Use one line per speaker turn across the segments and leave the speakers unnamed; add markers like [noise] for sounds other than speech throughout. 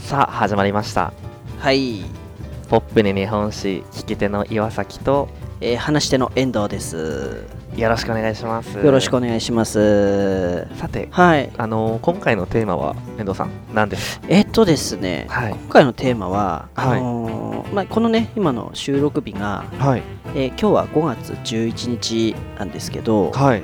さあ始まりました
はい、
ポップに日本史聞き手の岩崎と
えー話し手の遠藤です。
よろしくお願いします
よろしくお願いします。
さて
はい、
あのー今回のテーマは遠藤さん何です
えっとですね、
はい
今回のテーマは、
は
あ
い
のーまあ、このね、今の収録日が、
はい
えー今日は5月11日なんですけど、
はい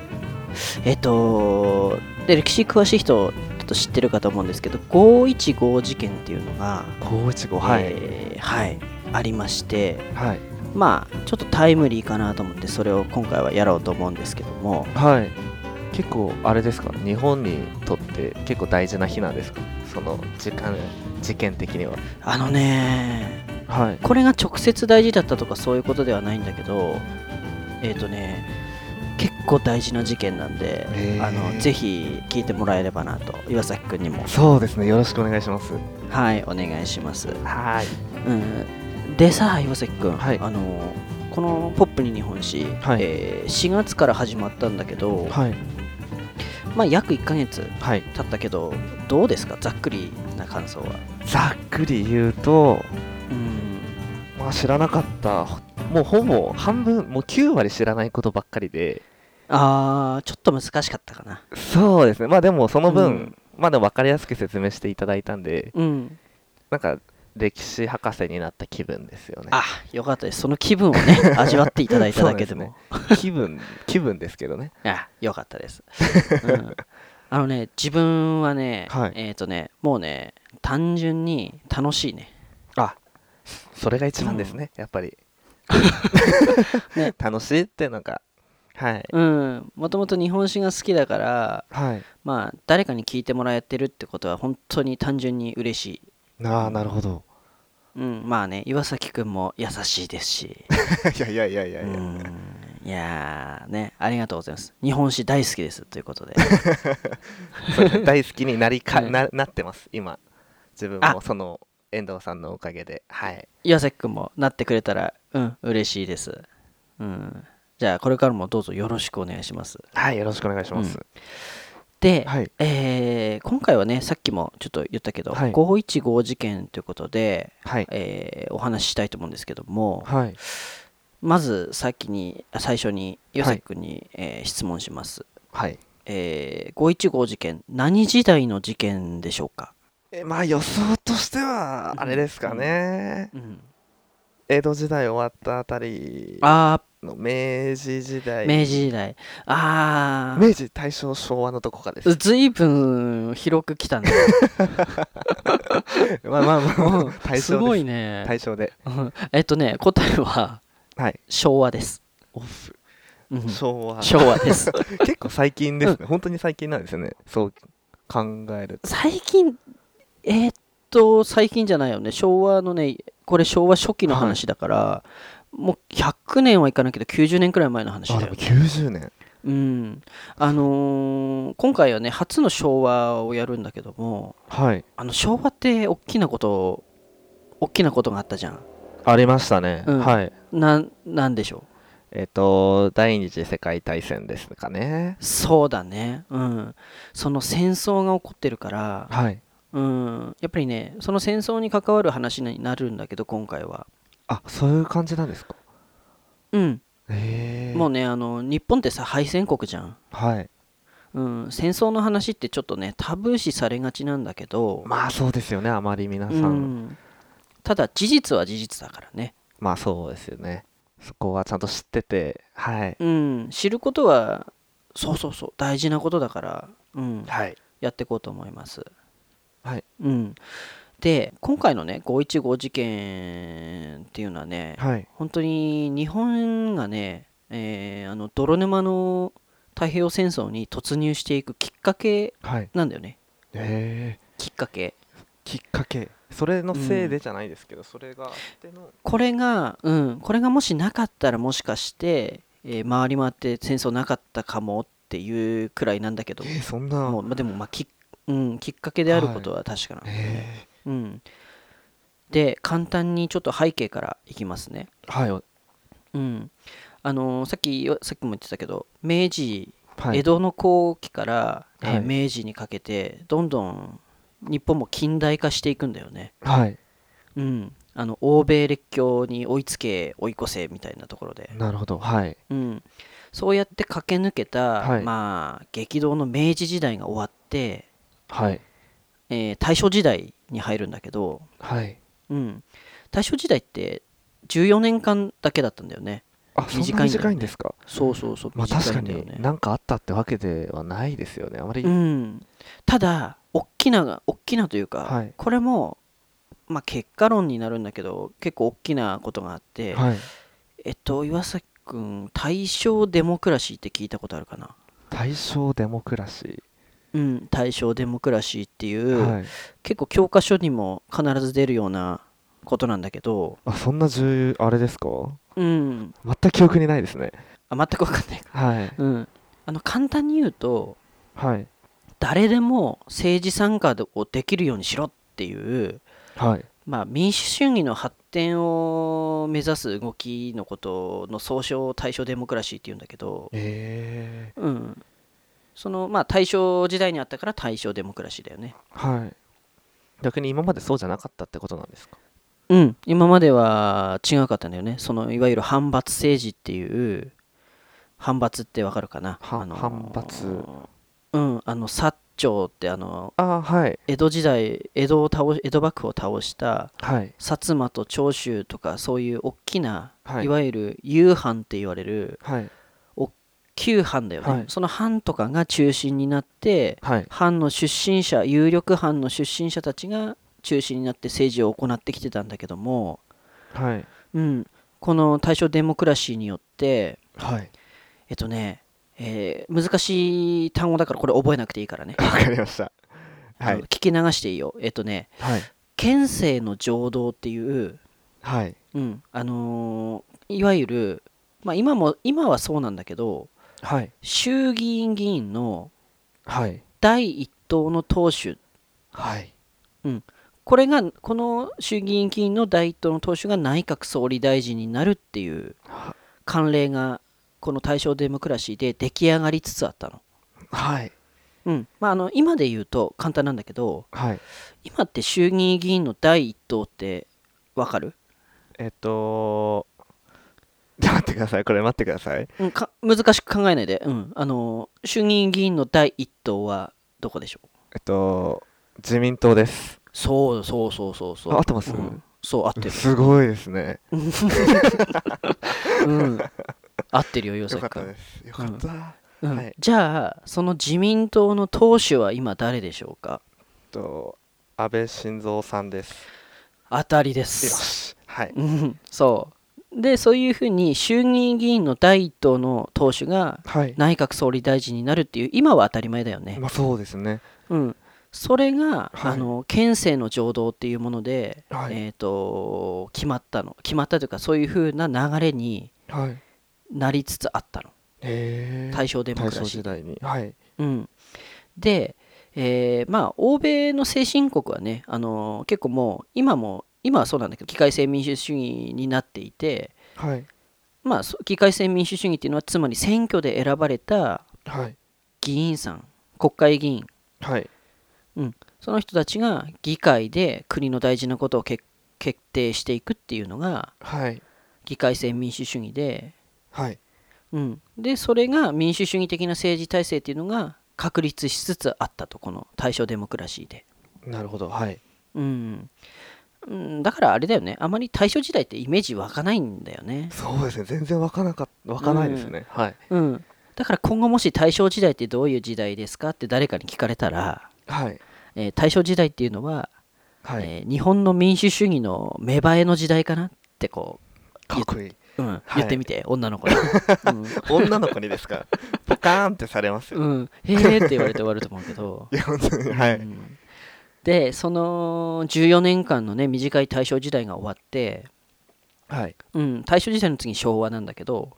えっとで、歴史詳しい人、ちょっと知ってるかと思うんですけど、515事件っていうのが、
五一五はい、
えーはい、ありまして、
はい
まあ、ちょっとタイムリーかなと思って、それを今回はやろうと思うんですけども、
はい結構あれですか日本にとって結構大事な日なんですかその時間事件的には
あのね
はい
これが直接大事だったとかそういうことではないんだけどえっ、とね結構大事な事件なんで
へー
あのぜひ聞いてもらえればなと岩崎くんにも
そうですねよろしくお願いします
はいお願いします、
はい
うん、でさ岩崎くん、
はい
あのこの「ポップに日本史、
はい
えー4月から始まったんだけど、
はい
まあ約1ヶ月
はい
経ったけどどうですかざっくりな感想は
ざっくり言うと
うん
まあ知らなかったもうほぼ半分もう9割知らないことばっかりで
あーちょっと難しかったかな
そうですねまあでもその分、
うん
まだ分かりやすく説明していただいたんで
うん
なんか歴史博士になった気分ですよね
あよかったです。その気分を
[laughs]
ね、味わっていただいただけでも。
気分気分ですけどね
あよかったです、うんあのね、自分はね、
はい
えっ、とね、もうね、単純に楽しいね。
あそれが一番ですね、やっぱり、
ね
[laughs] 楽しいってのがはい
うん、もともと日本史が好きだから、
はい
まあ、誰かに聞いてもらえてるってことは、本当に単純に嬉しい。
ああなるほど
うん、まあね、岩崎くんも優しいですし。
いやいやいやいや
う
いや、
んいやーね、ありがとうございます。日本史大好きですということで。
そうですね大好きになりか、
うん
ななってます今自分
あ
もその遠藤さんのおかげではい
岩崎くんもなってくれたら、うん、嬉しいです。うん。じゃあ、これからもどうぞよろしくお願いします。
はいよろしくお願いします、
で、
はい
えー今回はね、さっきもちょっと言ったけど、
はい
515事件ということで、
はい
えーお話ししたいと思うんですけども、
はい
まず先に、あ最初に岩崎くんに、えー質問します。
はい
えー515事件、何時代の事件でしょうか、
えまあ予想としてはあれですかね、
うん、
江戸時代終わったあたり
あ
の明治時
ー、
代
明治時代。あー、
明治大正昭和のどこかです
ずいぶん広く来たね。
まあまあまあ
うん
大
す
正
ご
で
い
す
ね。
大正で
うんえっとね、答えは
はい
昭和です。
オフ
うん
昭和
昭
[laughs]
和です。
結構最近ですね、本当に最近なんですよねそう考えると
最近、えーっと、最近じゃないよね。昭和のね、これ昭和初期の話だから、もう100年はいかないけど、90年くらい前の話
あ
だ
で
よ
も。90年
うん。あのー今回はね、初の昭和をやるんだけども、
はい
あの昭和って大きなこと、大きなことがあったじゃん。
ありましたね、
うん
はい
なん、なんでしょう
えっ、と第二次世界大戦ですかね
そうだね、うん、その戦争が起こってるから、
はい
うん、やっぱりね、その戦争に関わる話になるんだけど、今回は。
あそういう感じなんですか
うん、
へえ
もうねあの、日本ってさ、敗戦国じゃん。
はい
うん、戦争の話ってちょっとね、タブー視されがちなんだけど、
まあそうですよねあまり皆さ、
うんん、ただ、事実は事実だからね、
まあそうですよねそこはちゃんと知っててはい
うん、知ることは、そうそうそう、大事なことだから、うん、
はい
やっていこうと思います。
はい
うん、で今回のね515事件っていうのはね、
はい
本当に日本がね、えーあの泥沼の太平洋戦争に突入していくきっかけ
はい
なんだよね
へえ
きっかけ
きっかけそれのせいでじゃないですけど、それがあっての
これが、うん、これがもしなかったらもしかして、えー回り回って戦争なかったかもっていうくらいなんだけど
えー、そんな
もうまあでもまあき,、うん、きっかけであることは確かなので、
え
うん、で簡単にちょっと背景からいきますね、
ー、はいお
うんあのーさっきよさっきも言ってたけど明治、
はい
江戸の後期から、えー
はい
明治にかけてどんどん日本も近代化していくんだよね。
はい
うん、あの欧米列強に追いつけ追い越せみたいなところで、
なるほどはい
うん、そうやって駆け抜けた、
はい
まあ、激動の明治時代が終わって、
はい
えー大正時代に入るんだけど、
はい
うん、大正時代って14年間だけだったんだよね
あそんな
短いんだよね
短いんですか
そうそうそう
まあ確
短
か
いんだよ
に
ね
何かあったってわけではないですよねあまり、
うん、ただ大きなが大きなというか、
はい
これも、まあ、結果論になるんだけど結構大きなことがあって、
はい
えっと岩崎君大正デモクラシーって聞いたことあるかな
大正デモクラシ
うん、大正デモクラシーってい
ー、
う、
はい
結構教科書にも必ず出るようなことなんだけど、
あそんな重要あれですか
うん、
全く記憶にないですね
あ全く分かんないか、
はい
うん、あの簡単に言うと
はい
誰でも政治参加をできるようにしろっていう、
はい
まあ、民主主義の発展を目指す動きのことの総称を大正デモクラシーって言うんだけど、
ええ
うん、そのまあ大正時代にあったから大正デモクラシーだよね。
はい逆に今までそうじゃなかったってことなんですか
うん、今までは違うかったんだよね。そのいわゆる反発政治っていう、反発ってわかるかな
は
あの
反発
うん、あの、薩長ってあの、
あはい
江戸時代、江戸を倒し江戸幕府を倒した
はい
薩摩と長州とかそういう大きな、
はい
いわゆる夕藩って言われる
はい
旧藩だよね。
はい
その藩とかが中心になって、
はい
藩の出身者、有力藩の出身者たちが中心になって政治を行ってきてたんだけども、
はい
うん、この大正デモクラシーによって、
はい
えっとね、えー難しい単語だからこれ覚えなくていいからね、
わかりましたは
あの
い
聞き流していいよ。えっとね、
はい
憲政の浄土っていう、
はい
うんあのーいわゆる、まあ、今も今はそうなんだけど、
はい
衆議院議員の
はい
第一党の党首、
はい
これが、この衆議院議員の第一党の党首が内閣総理大臣になるっていう
は
慣例が、この大正デモクラシーで出来上がりつつあったの。
はい
うんまあ、あの今で言うと簡単なんだけど
はい
今って衆議院議員の第一党ってわかる、
えっとちょっと待ってくださいこれ待ってください
うん、か難しく考えないで、うん、あの衆議院議員の第一党はどこでしょう
えっと自民党です
そうそうそうそうそう
あ合ってます
うんそう合ってる、
すごいですね [laughs]
うん、合ってるよ岩
よ
崎
かった
君、
ですよかった
うん
はい
じゃあその自民党の党首は今誰でしょうか
えっと安倍晋三さんです
当たりで
よ
す
しはい
うんそうでそういうふうに衆議院議員の第一党の党首が
はい
内閣総理大臣になるっていう今は当たり前だよね、
まあそうですね
うん、それが、
はい
あの憲政の浄土っていうもので、
はい
えー、と決まったの決まったというかそういうふうな流れに
はいへ
なりつつあったの
え
大正デモ
大
クラ
正
シ
時
ー、
代にはい
うん、で、えーまあ欧米の先進国はね、あの結構もう今も今はそうなんだけど議会制民主主義になっていて
はい
まあそ議会制民主主義っていうのはつまり選挙で選ばれた
はい
議員さん国会議員
はい
その人たちが議会で国の大事なことを決決定していくっていうのが
はい
議会制民主主義で、
はい
うん、でそれが民主主義的な政治体制っていうのが確立しつつあったとこの大正デモクラシーで、
なるほどはい
うんうん、だからあれだよねあまり大正時代ってイメージ湧かないんだよね、
そうですね全然わかなかわかないですねはい
うん、だから今後もし大正時代ってどういう時代ですかって誰かに聞かれたら、
はい
えー大正時代っていうのは
はい
えー日本の民主主義の芽生えの時代かなってこ、
かっこいいう
うん
い
言ってみて女の子に、
女の子にです
[laughs]
かポカーンってされます
う
よ
んうん、へえって言われて終わると思うけど
[laughs] い、や本当には
う
い
んでその14年間のね短い大正時代が終わって、
はい
うん、大正時代の次昭和なんだけど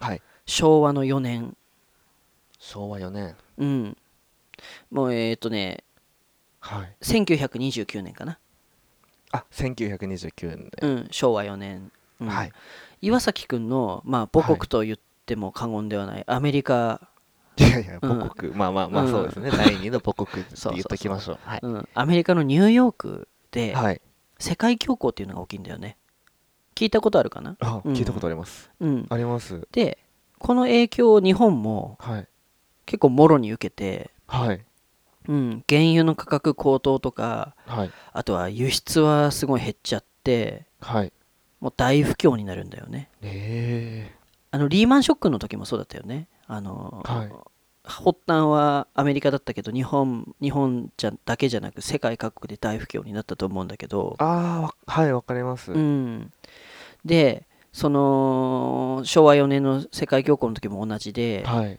はい
昭和の4年、
昭和4年
うん、もうえっ、とね
はい
1929年かな、
あ1929年
うん、昭和4年、うん
はい
岩崎君の、まあ、母国と言っても過言ではないアメリカ
いやいや、
うん
母国、まあまあまあ、
うん
そうですね、第二の母国って
そうそうそう
言っときましょう。はい。
うん、アメリカのニューヨークで
はい。
世界恐慌っていうのが大きいんだよね聞いたことあるかな、
あ、
うん
聞いたことあります。
うん、
あります。
でこの影響を日本も
はい。
結構もろに受けて、
はい。
うん、原油の価格高騰とか
はい。
あとは輸出はすごい減っちゃって
はい。
もう大不況になるんだよね
え
あのリーマンショックの時もそうだったよねあの、
はい
発端はアメリカだったけど日本日本じゃだけじゃなく世界各国で大不況になったと思うんだけど
ー。ああ、わはい、わかります。
うん、でその昭和4年の世界恐慌の時も同じで、
はい。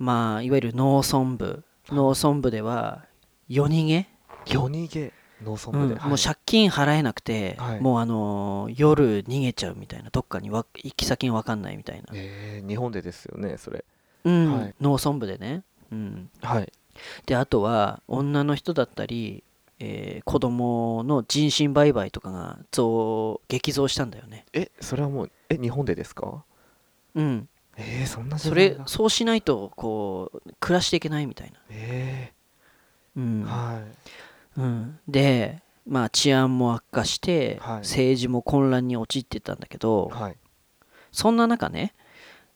まあいわゆる農村部農村部では夜逃げ、
夜逃げ、農村
う
部
ん
で。はい
もう借金払えなくて、
はい
もうあのー夜逃げちゃうみたいなどっかにわ行き先が分かんないみたいな、
えー日本でですよね、それ。
うん
はい
農村部でね、うん、
はい。
であとは女の人だったり、えー子供の人身売買とかが増激増したんだよね、
え、それはもう、え、日本でですか
うん、
えー、そんな時
そ
代
れ
が
そうしないとこう暮らしていけないみたいな、
え
う
ー
ん
はい。
うんでまあ治安も悪化して、
はい
政治も混乱に陥ってたんだけど
はい。
そんな中ね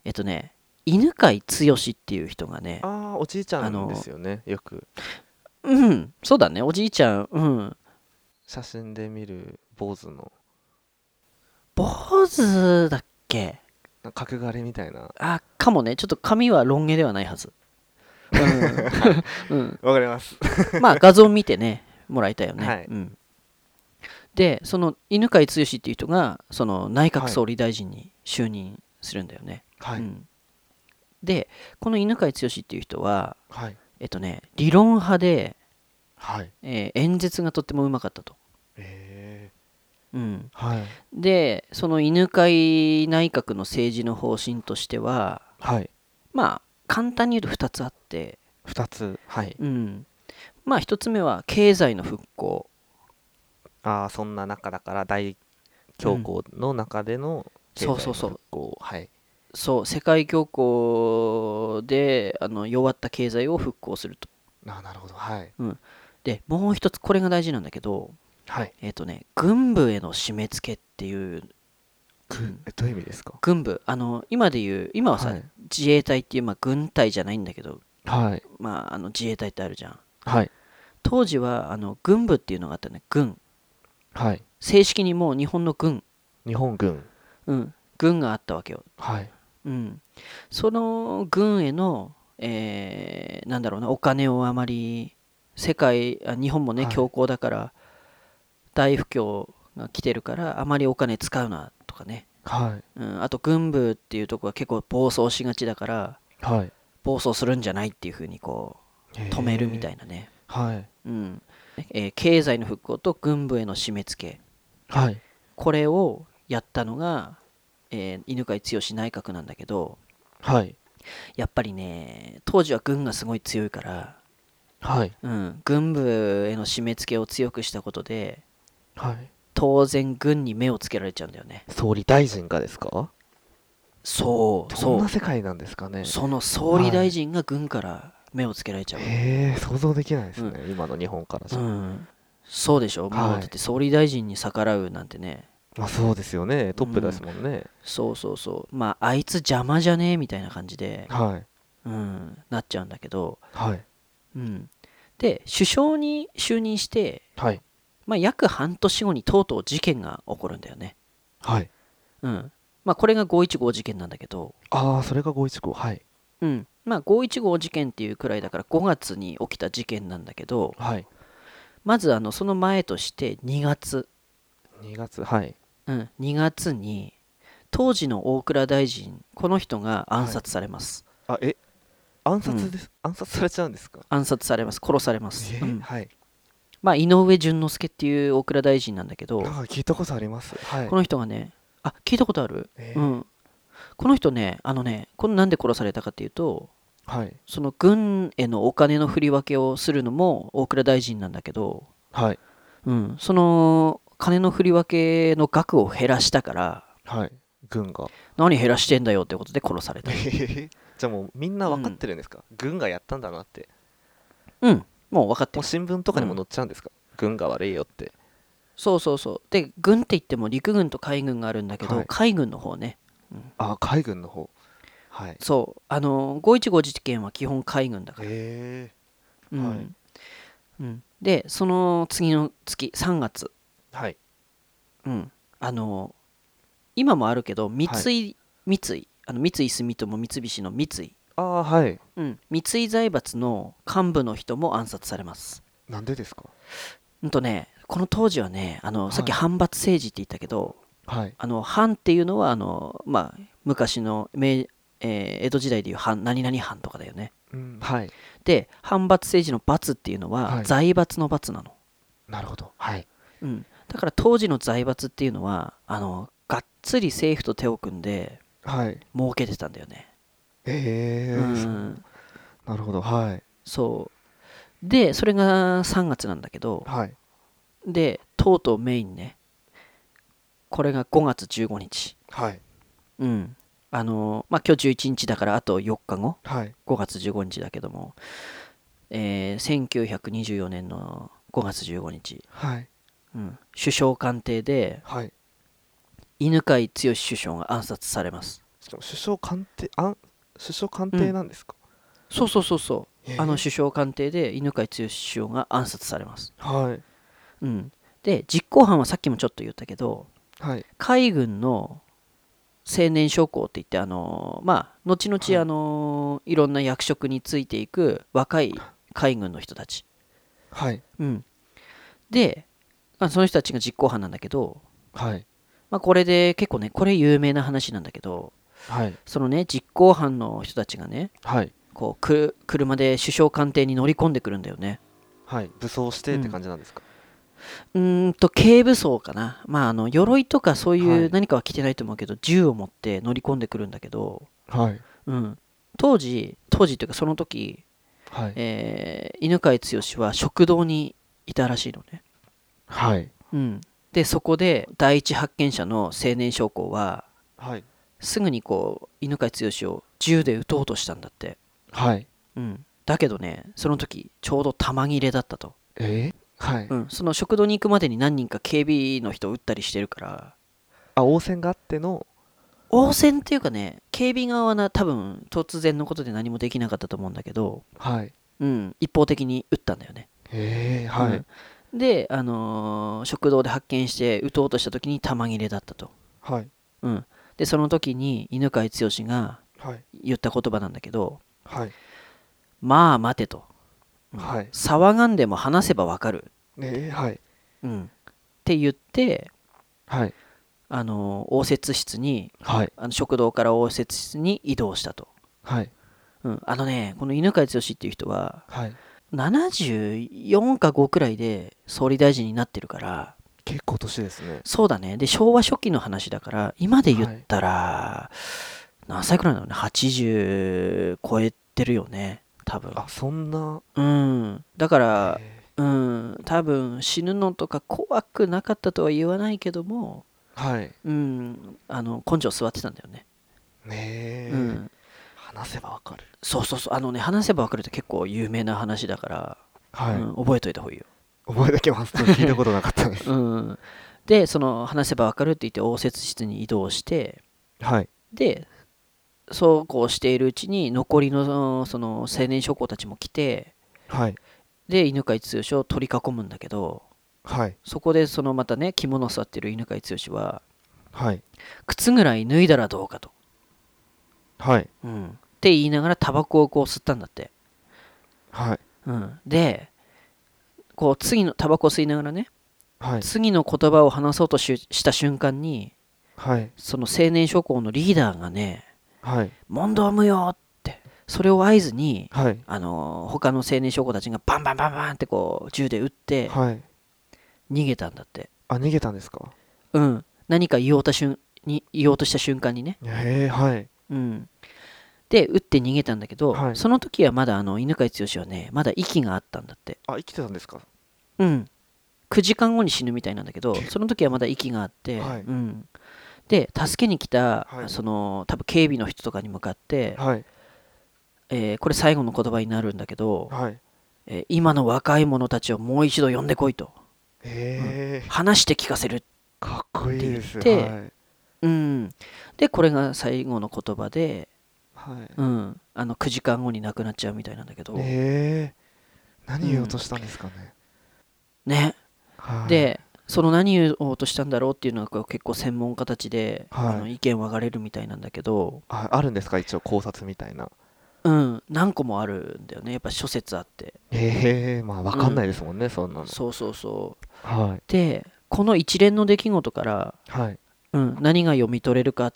えっとね犬飼剛っていう人がね
ああ、おじいちゃ
あの
んですよね、よく。
うんそうだねおじいちゃんうん
写真で見る坊主の、
坊主だっけ
なんか角刈りみたいな。
あかもねちょっと髪はロン毛ではないはず、うんうん、
わかります。 [laughs]
まあ画像見てねもらいたいよね、
はい
うん、でその犬飼剛っていう人がその内閣総理大臣に就任するんだよね、
は
う
い。
んでこの犬飼剛っていう人は
はい。
えっとね理論派で、
はい。
えー演説がとってもうまかったと、
え
うん、
ーはい。
でその犬飼内閣の政治の方針としては
はい。
まあ簡単に言うと2つあって、
二つ。はい。
うん、まあ1つ目は経済の復興、
ああ、そんな中だから、大恐慌の中での、
そうそうそう
う。はい。
そう世界恐慌であの弱った経済を復興すると
あーなるほど。はい。
でもう一つこれが大事なんだけど
はい。
えっ、とね軍部への締め付けっていううん
え、どういう意味ですか
軍部あの今でいう今はさ、
はい
自衛隊っていう、まあ、軍隊じゃないんだけど、
はい。
まあ、あの自衛隊ってあるじゃん
はい。
当時はあの軍部っていうのがあったね軍
はい。
正式にもう日本の軍、
日本軍。
うん、軍があったわけよ
はい。
うん、その軍への、えーなんだろうなお金をあまり世界あ日本もね
はい
強硬だから、大不況が来てるからあまりお金使うなとかね、
はい。
うん、あと軍部っていうとこは結構暴走しがちだから
はい。
暴走するんじゃないっていうふうにこう止めるみたいなね、
な。はい。
うんえー経済の復興と軍部への締め付け
はい。
これをやったのが、えー犬飼剛内閣なんだけど、
はい。
やっぱりね当時は軍がすごい強いから、
はい。
うん、軍部への締め付けを強くしたことで
はい。
当然軍に目をつけられちゃうんだよね
総理大臣がですか
そう
そ
そ
んな
う
世界なんですかね。
その総理大臣が軍から目をつけられちゃう、
へえ、想像できないですね、今の日本からじ
う
ゃ。
ん、そうでしょ、も
は
う
い
だって総理大臣に逆らうなんてね
まあそうですよね、トップですもんね。
そうそうそうまああいつ邪魔じゃねえみたいな感じで、
はい。
うん、なっちゃうんだけど、
はい。
うん、で首相に就任して、
はい。
まあ、約半年後にとうとう事件が起こるんだよね
はい。
うん。まあ、これが515事件なんだけど、
ああ、それが五一五。はい。
うん。まあ、515事件っていうくらいだから、5月に起きた事件なんだけど、
はい。
まず、あの、その前として2月、
2月。はい。
うん、2月に、当時の大倉大臣、この人が暗殺されます。
あ、え暗
う
殺
ん
です、暗殺されちゃうんですか
暗殺されます。殺されます。
え
うん
はい。
まあ、井上淳之介っていう大倉大臣なんだけど、
ああ、聞いたことあります。はい
こ。の人がね、あ、聞いたことある、
え
う
ー
ん。この人ね、あのね、このなんで殺されたかっていうと、
はい。
その軍へのお金の振り分けをするのも大倉大臣なんだけど、
はい。
うん、その金の振り分けの額を減らしたから
はい。軍が。
何減らしてんだよってことで殺された
えへへじじゃあもうみんな分かってるんですか、軍がやったんだなって
うんもう分かって
もう
る
新聞とかにも載っちゃうんですか、軍が悪いよって
そうそうそうで軍って言っても陸軍と海軍があるんだけど、
はい
海軍の方ね
あ海軍の方はいへ
そうあの515事件は基本海軍だから
え
うん
はい
うん、でその次の月3月、
はい
うん、あの今もあるけど三井、
は
三井あの三井住友三菱の三井、
ああはい
うん、三井財閥の幹部の人も暗殺されます
なんでですか
うんとねこの当時はねあの、
はい
さっき反発政治って言ったけど
はい
あの藩っていうのはあの、まあ、昔の明、えー江戸時代でいう藩何々藩とかだよね
うんはい
で反発政治の罰っていうのは、
はい
財閥の罰なの
なるほどはい
うん、だから当時の財閥っていうのはあのがっつり政府と手を組んで
はい
儲けてたんだよね、
ええ
うん
なるほどはい
そうでそれが3月なんだけど
はい
でとうとうメインねこれが5月15日
はい
うんあのまあ今日11日だからあと4日後
はい
5月15日だけども、えー1924年の5月15日、
はい
うん、首相官邸で
はい
犬飼剛首相が暗殺されます
しかも首相官邸あん首相官邸なんですか、
そうそうそうそう
へえ
あの首相官邸で犬飼剛首相が暗殺されます、
はい
うん、で実行犯はさっきもちょっと言ったけど
はい
海軍の青年将校って言ってあのーまあ後々、
はい
あのーいろんな役職についていく若い海軍の人たち、
はい
うん、であその人たちが実行犯なんだけど、
はい
まあ、これで結構ねこれ有名な話なんだけど
はい
そのね実行犯の人たちがね
はい
こうくる車で首相官邸に乗り込んでくるんだよね
はい武装してって感じなんですか、
うーんと軽武装かな、まあ、あの鎧とかそうい
は
う
い
何かは着てないと思うけど、銃を持って乗り込んでくるんだけど、
はい
うん、当時当時というかその時、
はい
えー犬飼剛は食堂にいたらしいのね、
はい
うん、でそこで第一発見者の青年将校は
はい
すぐにこう犬飼剛を銃で撃とうとしたんだって、
はい
うん、だけどねその時ちょうど弾切れだったと、
えー、はい、
うん、その食堂に行くまでに何人か警備の人を撃ったりしてるから
あ応戦があっての
応戦っていうかね警備側はな多分突然のことで何もできなかったと思うんだけど、
はい
うん、一方的に撃ったんだよね、
えー、はい、
うんで、あのー食堂で発見して撃とうとした時に弾切れだったと、
はい
うん、でその時に犬飼剛が
はい
言った言葉なんだけど
はい
「まあ待て」とうん
はい
「騒がんでも話せばわかる
えー、はい」
うん、って言って、
はい
あのー応接室に
はい
あの食堂から応接室に移動したと、
はい
うん、あのねこの犬飼剛っていう人は
はい
74か5くらいで総理大臣になってるから
結構年ですね
そうだねで昭和初期の話だから今で言ったら、何歳くらいなのね80超えてるよね多分
あそんな
うんだから
え
うん多分死ぬのとか怖くなかったとは言わないけども
ー、はい
うんあの根性座ってたんだよね、
ねえ、
うん
話せばわかる
そうそうそうあのね話せば分かるって結構有名な話だから、
はい、
うん、覚えといた方がいいよ
覚えてきます聞いたことなかった
[laughs]
です
うん、でその話せばわかるって言って応接室に移動して
はい
でそうこうしているうちに残りのそのその青年将校たちも来て
はい
で犬飼剛を取り囲むんだけど
はい
そこでそのまたね着物を座ってる犬飼剛は
はい
靴ぐらい脱いだらどうかと、
はい
うん、って言いながらタバコをこう吸ったんだって、
はい
うん、でこう次のタバコを吸いながらね
はい
次の言葉を話そうとしした瞬間に
はい
その青年将校のリーダーがね
はい
問答無用ってそれを合図に
はい
あのー他の青年将校たちがバンバンバンバンってこう銃で撃って
はい
逃げたんだって
あ逃げたんですか
うん何か言おうとしに言おうとした瞬間にね
えー、はい
うんで撃って逃げたんだけど、
はい
その時はまだあの犬飼剛はねまだ息があったんだって
あ生きてたんですか
うん9時間後に死ぬみたいなんだけどその時はまだ息があって、
はい
うんで助けに来た、
はい
その多分警備の人とかに向かって
はい
えーこれ最後の言葉になるんだけど、
はい。
えー今の若い者たちをもう一度呼んでこいと
へえ、
話して聞かせる
かっこいいです。
って言って
はい。
うん、でこれが最後の言葉で、
はい。
うん、あの9時間後に亡くなっちゃうみたいなんだけど、
ええ何言おうとしたんですかね。
ね
はい、
でその何言おうとしたんだろうっていうのはこう結構専門家たちで、
はい
あの意見分かれるみたいなんだけど、
あ、あるんですか、一応考察みたいな。
うん、何個もあるんだよねやっぱ諸説あって
ええまあ、わかんないですもんね、そんなの。
そうそうそう
はい。
でこの一連の出来事から、
はい。
うん、何が読み取れるかっ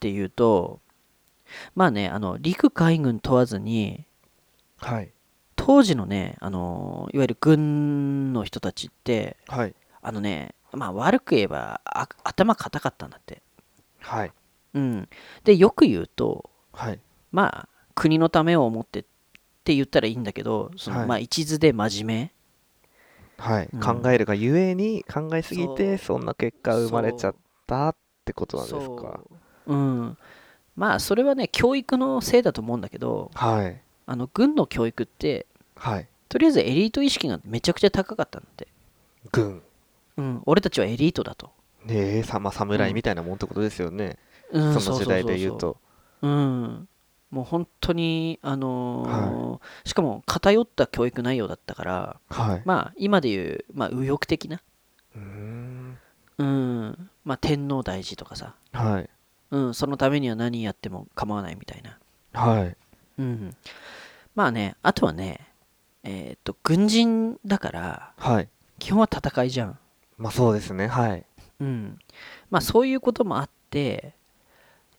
ていうとまあねあの陸海軍問わずに
はい。
当時のねあのいわゆる軍の人たちって
はい。
あのね、まあ悪く言えばあ頭固かったんだって。
はい。
うん。で、よく言うと、
はい。
まあ国のためを思ってって言ったらいいんだけど、その
はい
まあ一途で真面
はい。
うん
考えるがゆえに、考えすぎて、そんな結果
そう
生まれちゃったってこと
目。
なんですか。
う。うん。まあそれはね、教育のせいだと思うんだけど、
はい。
あの軍の教育って、
はい。
とりあえずエリート意識がめちゃくちゃ高かったんだって。
軍。
うん、俺たちはエリートだと。
ねえ、さ、まあ、侍みたいなもんってことですよね。
うん、
その時代で言う。と。
うん、もう本当に、あのーしかも偏った教育内容だったから、
はい。
まあ、今でいう、まあ、右翼的な、
うーん。
うんまあ、天皇大事とかさ、
はい。
うん、そのためには何やっても構わないみたいな、
はい。
うん、まあねあとはねえーっと軍人だから
はい。
基本は戦いじゃん、
まあ、そうですね。はい。
うんまあ、そういうこともあって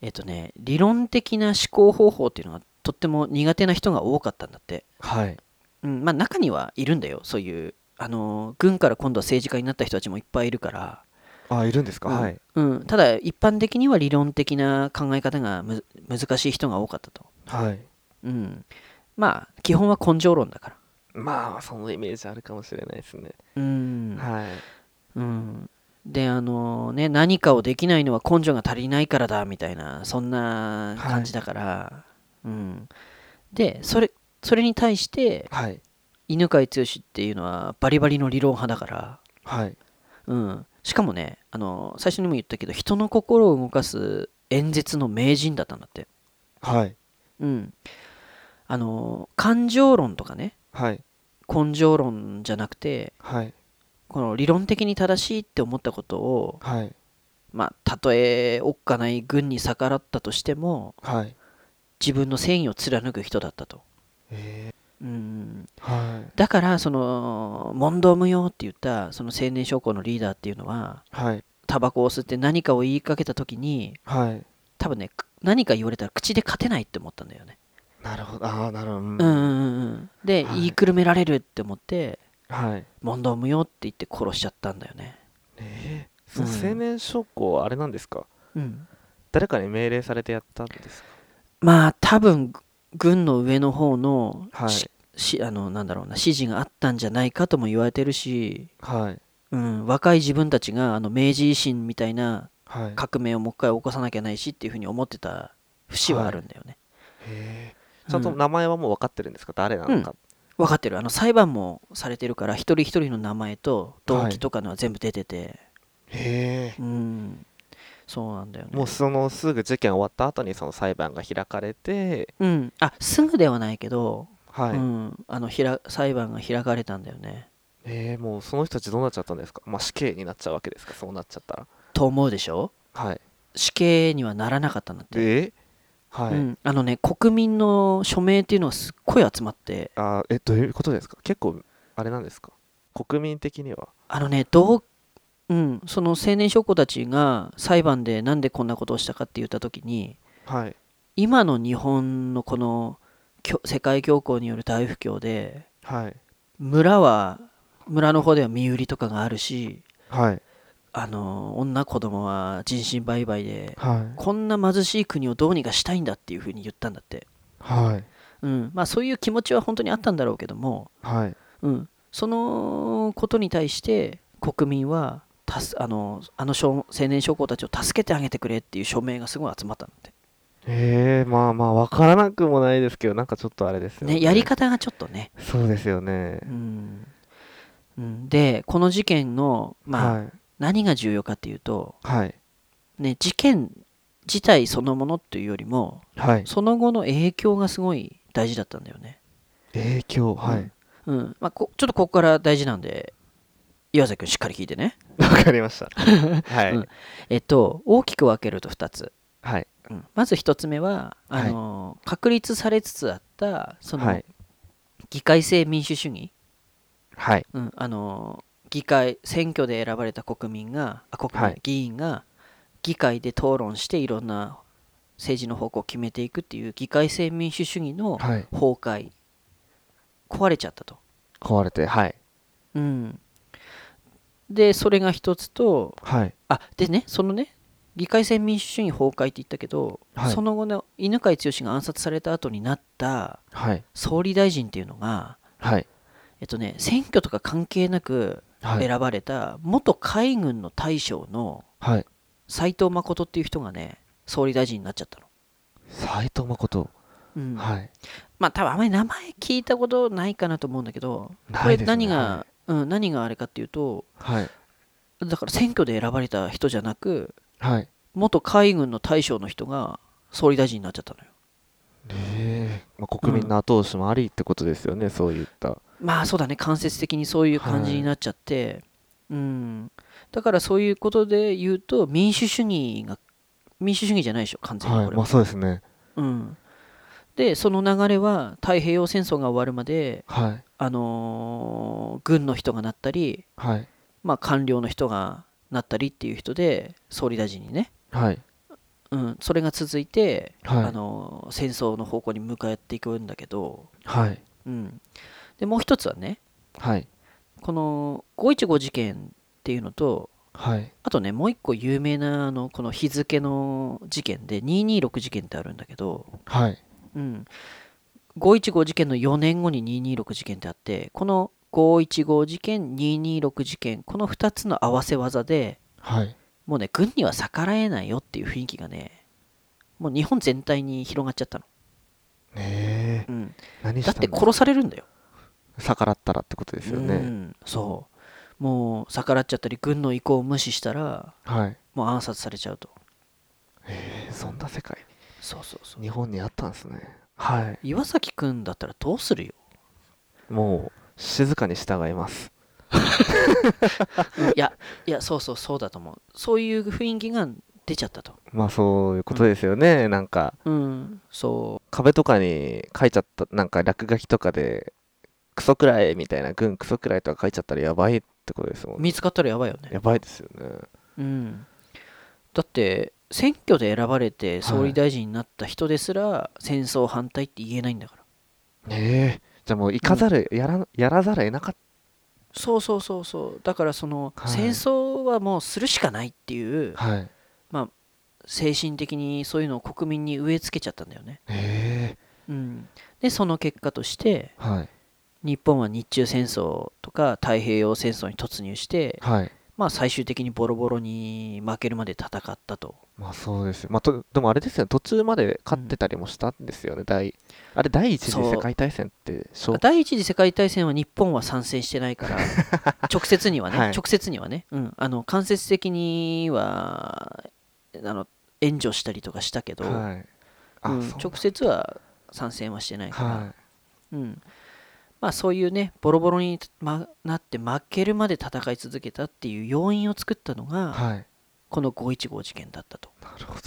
えーっとね理論的な思考方法っていうのがとっても苦手な人が多かったんだって
はい。
うん、まあ中にはいるんだよ、そういう、あのー軍から今度は政治家になった人たちもいっぱいいるから、
あ、いるんですか。
うん
はい。
うん、ただ一般的には理論的な考え方がむ難しい人が多かったと。
はい。
うん、まあ基本は根性論だから。
まあ、そのイメージあるかもしれないですね。
うん
はい。
うん、で、あのーね、何かをできないのは根性が足りないからだみたいな、そんな感じだから、うん、でそれ、それに対して、
はい。
犬飼剛っていうのはバリバリの理論派だから。
はい。
うん、しかもねあの最初にも言ったけど人の心を動かす演説の名人だったんだって、
はい。
うん、あの感情論とかね
はい。
根性論じゃなくて
はい。
この理論的に正しいって思ったことを、
はい。
まあ、たとえおっかない軍に逆らったとしても
はい。
自分の正義を貫く人だったと、
え
うん、
ー、はい。
だからその問答無用って言ったその青年将校のリーダーっていうのは
はい。
タバコを吸って何かを言いかけた時に
はい。
多分ねく何か言われたら口で勝てないって思ったんだよね、
なるほど。ああ、なるほど。う
うん
ん
うんうんうんで、
はい
言いくるめられるって思って
はい。
問答無用って言って殺しちゃったんだよね
えー、その
うん
青年将校、あれなんですか
うん
誰かに命令されてやったんですか
まあ多分ぐ軍の上の方の,し、
はい
しあのなんだろうな指示があったんじゃないかとも言われてるし、
はい。
うん、若い自分たちがあの明治維新みたいな
はい。
革命をもう一回起こさなきゃないしっていうふうに思ってた節はあるんだよね、
え
う
ー、ちゃんと
ん
名前はもう分かってるんですか誰なのか。
分かってるあの裁判もされてるから一人一人の名前と動機とかのは全部出てて、
へえ。
うん、そうなんだよね。
もうそのすぐ事件終わった後にその裁判が開かれて、
うん、あすぐではないけど、
はい。
うん、あのひら裁判が開かれたんだよね。
えー、もうその人たちどうなっちゃったんですかまあ死刑になっちゃうわけですかそうなっちゃったら。
と思うでしょ
はい。
死刑にはならなかったんだって。
えー、はい。
うん、あのね国民の署名っていうのがすっごい集まって
あーえどういうことですか結構あれなんですか国民的には
あのねどう、うん、その青年将校たちが裁判でなんでこんなことをしたかって言った時に
はい
今の日本のこのきょ世界恐慌による大不況で
はい
村は村の方では身売りとかがあるし
はい
あの女子供は人身売買で
はい
こんな貧しい国をどうにかしたいんだっていうふうに言ったんだって、
はい
うんまあ、そういう気持ちは本当にあったんだろうけども、
はい
うん、そのことに対して国民はたすあのあの少青年将校たちを助けてあげてくれっていう署名がすごい集まったんだって
ええまあまあ分からなくもないですけどなんかちょっとあれですよね
ね、やり方がちょっとね、
そうですよね
うんうん、でこの事件の、まあ
はい
何が重要かっていうと、
はい
ね、事件自体そのものっていうよりも
はい
その後の影響がすごい大事だったんだよね、
影響は
う
い
んうんまあ、こちょっとここから大事なんで岩崎君しっかり聞いてね
わかりま
[laughs]
したは
うん
い
えっと大きく分けると2つ、
はい
うんまず1つ目は
はい
あの、確立されつつあったその、
はい
議会制民主主義、
はい
うん、あの議会選挙で選ばれた国民があ国民、
はい
議員が議会で討論していろんな政治の方向を決めていくっていう議会制民主主義の
はい
崩壊壊れちゃったと、
壊れてはい
うん、でそれが一つと
はい
あでねそのね議会制民主主義崩壊って言ったけど、
はい
その後の犬飼剛が暗殺された後になった
はい
総理大臣っていうのが
はい
えっとね選挙とか関係なく
はい
選ばれた元海軍の大将の
はい
斎藤誠っていう人がね総理大臣になっちゃったの、
斎藤誠
うん
はい
まあ多分あまり名前聞いたことないかなと思うんだけどこ
な
れ
いですね
何が、うん、何があれかっていうと
はい
だから選挙で選ばれた人じゃなく
はい
元海軍の大将の人が総理大臣になっちゃったのよ
ええまあ、国民の後押しもありってことですよね、そういった。
まあそうだね間接的にそういう感じになっちゃって、うんだからそういうことで言うと民主主義が民主主義じゃないでしょ完全にこれは、
あそうですね。
うん、でその流れは太平洋戦争が終わるまで、
はい。
あのー軍の人がなったり、
はい。
まあ、官僚の人がなったりっていう人で総理大臣にね、
はい。
うん、それが続いて、
はい。
あのー戦争の方向に向かっていくんだけど、
はい。
うん、でもう一つはね
はい。
この515事件っていうのと
はい。
あとねもう一個有名なあのこの日付の事件で226事件ってあるんだけど、
はい。
うん、515事件の4年後に226事件ってあってこの515事件226事件この2つの合わせ技で
はい。
もうね軍には逆らえないよっていう雰囲気がねもう日本全体に広がっちゃったの、
ねえ
うん、
何し
だ
た
って
んだ
殺されるんだよ、
逆らったらってことです
う
よね。
ん、そうもう逆らっちゃったり軍の意向を無視したら
はい。
もう暗殺されちゃうと
ええそんな世界、
そうそうそう
日本にあったんですね。はい。
岩崎君だったらどうするよ
もう、静かに従います。
いやいやそうそうそうだと思うそういう雰囲気が出ちゃったと
まあ、そういうことですよね。なんか、
うんそう
壁とかに書いちゃった、なんか落書きとかで、クソくらいみたいな、軍クソくらいとか書いちゃったらやばいってことですもんね。
見つかったらやばいよね、
やばいですよね。
うん、だって選挙で選ばれて総理大臣になった人ですら戦争反対って言えないんだから、
ええじゃあもう行かざる、やらやらざるを得なかっ
そうそうそうそうだからその、
はい
戦争はもうするしかないっていう
た。はい。
精神的にそういうのを国民に植え付けちゃったんだよね、
ええ
うん、でその結果として
はい。
日本は日中戦争とか太平洋戦争に突入して、
はい。
まあ、最終的にボロボロに負けるまで戦ったと
まあそうですよ。まあと、でもあれですよね、途中まで勝ってたりもしたんですよね。第あれ、第一次
そう
世界大戦って、しょ
第一次世界大戦は日本は参戦してない
[laughs]
から直接にはね、
はい
直接にはね、うん、あの間接的にはあの援助したりとかしたけど、
はい。あ、
うん
そう
直接は参戦はしてないから、
は
うんまあ、そういうねボロボロに、ま、なって負けるまで戦い続けたっていう要因を作ったの
い。
が、
はい。
この515事件だったと、
なるほど。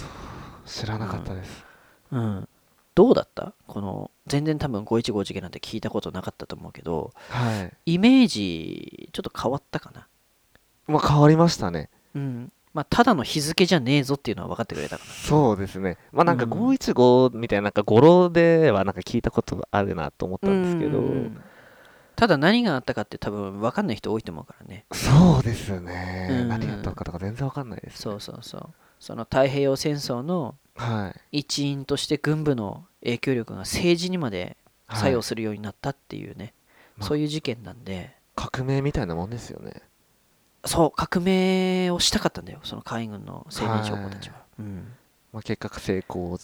知らなかったです。
うん、どうだったこの全然多分515事件なんて聞いたことなかったと思うけど
はい。
イメージちょっと変わったかな
まあ変わりましたね。
うんまあ、ただの日付じゃねえぞっていうのは分かってくれたか
そうですね。まあなんか
うん
515みたいな、なんか語呂ではなんか聞いたことがあるなと思った
ら
んですけど、
うんただ何があったかって多分分かんない人多いと思うからね
そうですね。
うん
何やったのかとか全然わかんないですね。
そうそうそうその太平洋戦争の
はい。
一員として軍部の影響力が政治にまで
はい
作用するようになったっていうね、
まあ
そういう事件なんで
革命みたいなもんですよね
そう革命をしたかったんだよその海軍の青年将校たちは、うん
まあ結果成功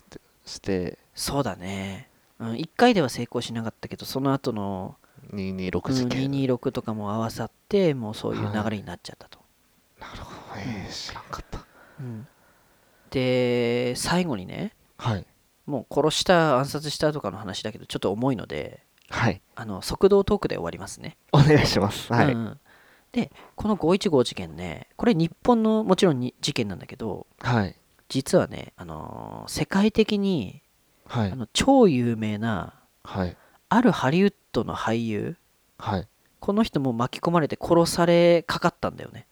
して
そうだね、うん、1回では成功しなかったけどその後の
226
うん
事件、
226とかも合わさってもうそういう
はい
流れになっちゃったと、
なるほどえー知らんかった
うんで最後にね
はい
もう殺した暗殺したとかの話だけどちょっと重いので
はい
あの速道トークで終わりますね
お願いしますはい、
うんでこの515事件ねこれ日本のもちろんに事件なんだけど
はい
実はね、あのー世界的に
は
あ
い
の超有名な
はい
あるハリウッドの俳優
はい
この人も巻き込まれて殺されかかったんだよね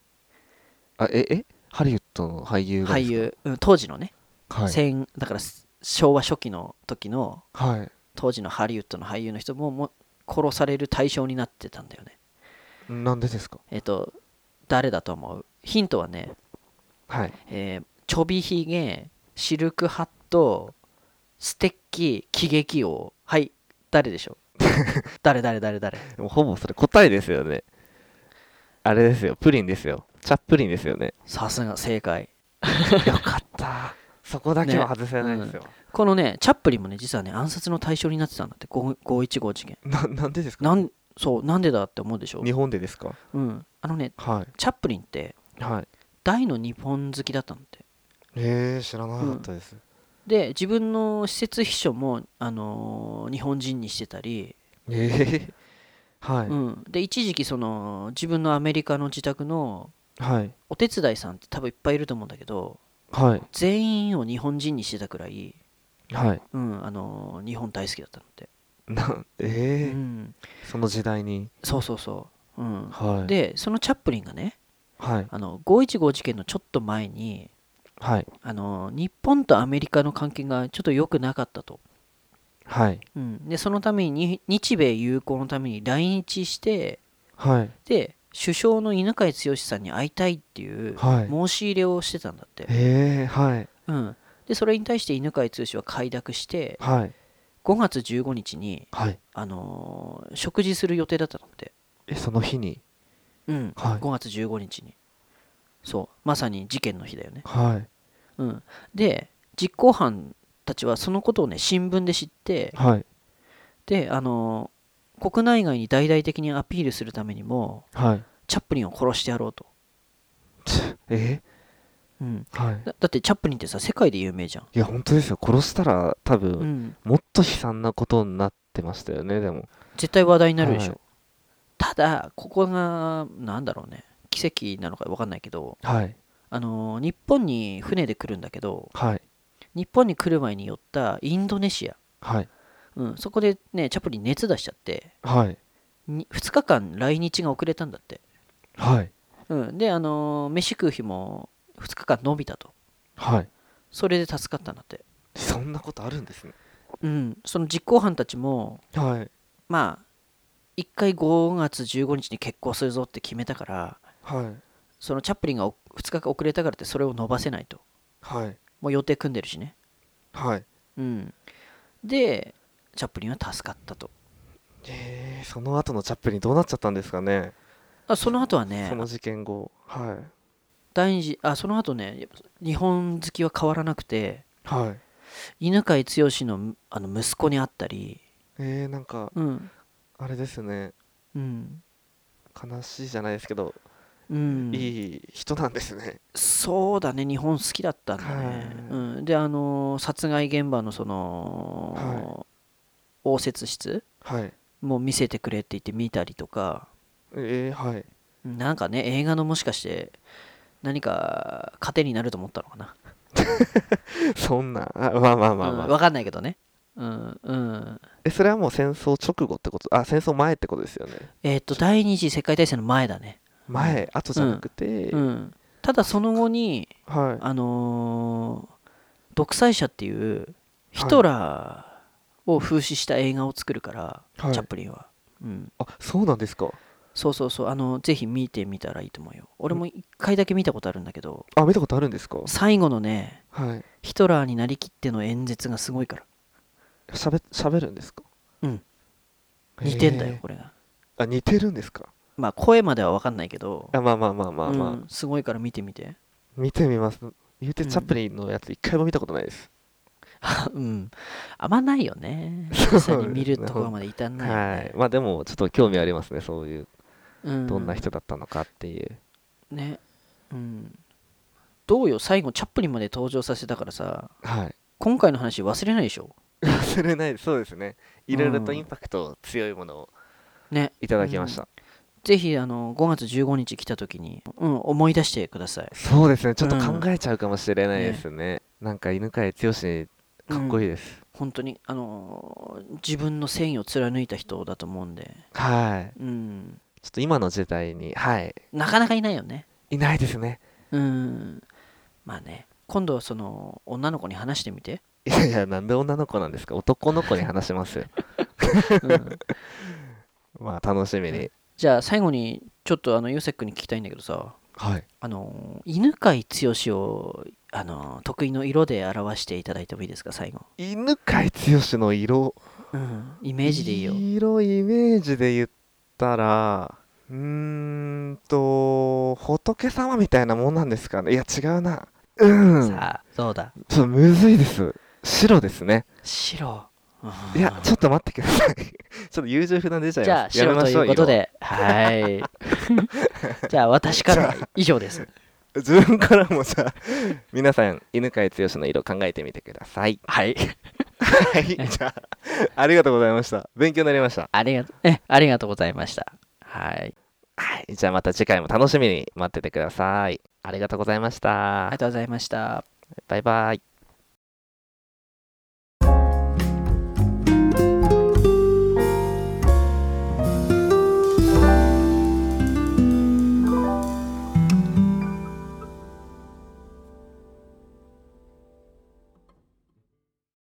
あええハリウッドの俳優が
俳優、うん当時のね、
はい
戦だからす昭和初期の時の
はい
当時のハリウッドの俳優の人ももう殺される対象になってたんだよね
なんでですか
えっ、と誰だと思うヒントはね、
はい
えーちょびひげシルクハットステッキ喜劇王はい誰でしょ
[laughs]
う誰誰誰誰
でもほぼそれ答えですよねあれですよプリンですよチャップリンですよね
さすが正解
[laughs] よかったそこだけは外せないですよ、
このねチャップリンもね実はね暗殺の対象になってたんだって5 515事件
ななんでですか
なんそうなんでだって思うでしょ
日本でですか
うんあのね
は
チャップリンって
いはい
大の日本好きだったんだって
えー、知らなかったです、
で自分の施設秘書も、あのー日本人にしてたり、
ええはい、
うん、で一時期その自分のアメリカの自宅の
はい
お手伝いさんって多分いっぱいいると思うんだけど
はい
全員を日本人にしてたくらい、
はい
うんあのー日本大好きだったんだって、
なえ
う
え
ん、
その時代に
そうそうそう、うん、
はい
でそのチャップリンがね
はい
あの515事件のちょっと前に
はい
あの日本とアメリカの関係がちょっと良くなかったと、
はい
うん、でそのために日米友好のために来日して
はい
で首相の犬養剛さんに会いたいっていう
はい
申し入れをしてたんだって、
ええはい
うん、でそれに対して犬養剛は快諾して
はい
5月15日に、
はい
あのー食事する予定だったんだって、
えその日に
うん、
はい
5月15日にそうまさに事件の日だよね
はい
うん、で実行犯たちはそのことをね新聞で知って
はい
であの国内外に大々的にアピールするためにも
はい
チャップリンを殺してやろうと、
え
うん、
えはい
だだってチャップリンってさ世界で有名じゃん、
いや本当ですよ殺したら多
う
分
ん、
もっと悲惨なことになってましたよねでも
絶対話題になるでしょ、
はい
ただここがなんだろうね奇跡なのか分かんないけど
はい
あの日本に船で来るんだけど
はい
日本に来る前に寄ったインドネシア、
はい
うん、そこでねチャップリン熱出しちゃって
はい
2日間来日が遅れたんだって
はい
うん、で、あのー飯食う日も2日間伸びたと。
はい
それで助かったんだって。
そんなことあるんですね
うん、その実行犯たちも、
はい
まあ、1回5月15日に決行するぞって決めたから、
はい
そのチャップリンが2日間遅れたからってそれを伸ばせないと。
はい
もう予定組んでるしね。
はい
うん。で、チャップリンは助かったと。
えー、その後のチャップリンどうなっちゃったんですかね
あその後はね
そ、の事件後はい
第二次あその後ね、やっぱ日本好きは変わらなくて、
はい
犬飼剛のあの息子に会ったり、
えー、なんか
うん、
あれですね
うん、
悲しいじゃないですけど、
うん。
いい人なんですね
そうだね日本好きだったんだ
はい
ね、うん、であのー殺害現場のその、応接室
はい
も見せてくれって言って見たりとか
えー、はい [laughs]
なんかね映画のもしかして何か糧になると思ったのかな、
そんなあまあまあまあまあ、
うん、分かんないけどねうんうん
えそれはもう戦争直後ってことあ戦争前ってことですよね
えっ、と第二次世界大戦の前だね、
前後じゃなくて、
うん、ただその後に
はい
あのー独裁者っていうヒトラーを風刺した映画を作るから、
はい
チャップリンは、うん、
あそうなんですか
そうそうそうあのぜひ見てみたらいいと思うよ俺も一回だけ見たことあるんだけど
あ見たことあるんですか
最後のね
はい
ヒトラーになりきっての演説がすごいから
しゃべしゃべるんですか
うん似てんだ
へ
よ
ー
これが
あ似てるんですか
まあ声までは分かんないけど
あまあまあまあまあまあ、
うんすごいから見てみて [laughs]
見てみます言うて
うん
チャップリンのやつ一回も見たことないです、
うん、あんまないよね実際に見る
そうですね
ところまで至んないよね、
はいまあでもちょっと興味ありますねそういう
うん、
どんな人だったのかっていう、
ねうんどうよ最後チャップリンまで登場させたからさ
はい [laughs]
今回の話忘れないでしょ
忘れないそうですねいろいろと
うん
インパクト強いものを
ね
いただきました、
ぜひあの5月15日来た時に、うん、思い出してください
そうですねちょっと
うん
考えちゃうかもしれないですね,、なんか犬飼剛かっこいいです、
本当にあのー自分の繊維を貫いた人だと思うんで、
はい
うん、
ちょっと今の時代にはい
なかなかいないよね
いないですね [laughs]
うんまあね今度その女の子に話してみて、
いやいやなんで女の子なんですか男の子に話し [laughs] ますよ
うん
[laughs] まあ楽しみに
じゃあ最後にちょっとあのユセックに聞きたいんだけどさ
はい
あのー犬飼剛をあのー得意の色で表していただいてもいいですか最後、
犬飼剛の色
うん、イメージでいいよ
色イメージで言ったらうーんと仏様みたいなもんなんですかねいや違うなうん
さあどうだ
ちょっとむずいです白ですね
白うん
いやちょっと待ってください [laughs] ちょっと優柔不断出ちゃい
じゃ
ま
あ
すやめ
白
ま
と
し
い
ょ
う
う
ことではいじゃあ私からは以上です
色自分からもじゃあ皆さん犬飼剛の色考えてみてくださ
[laughs]
い
はい
はい、じゃあ、ありがとうございました。勉強になりました。
ありがとえありがとうございましたはい
はい、じゃあまた次回も楽しみに待っててください。ありがとうございまし
あ
た
りが。とうございました
バイバイ。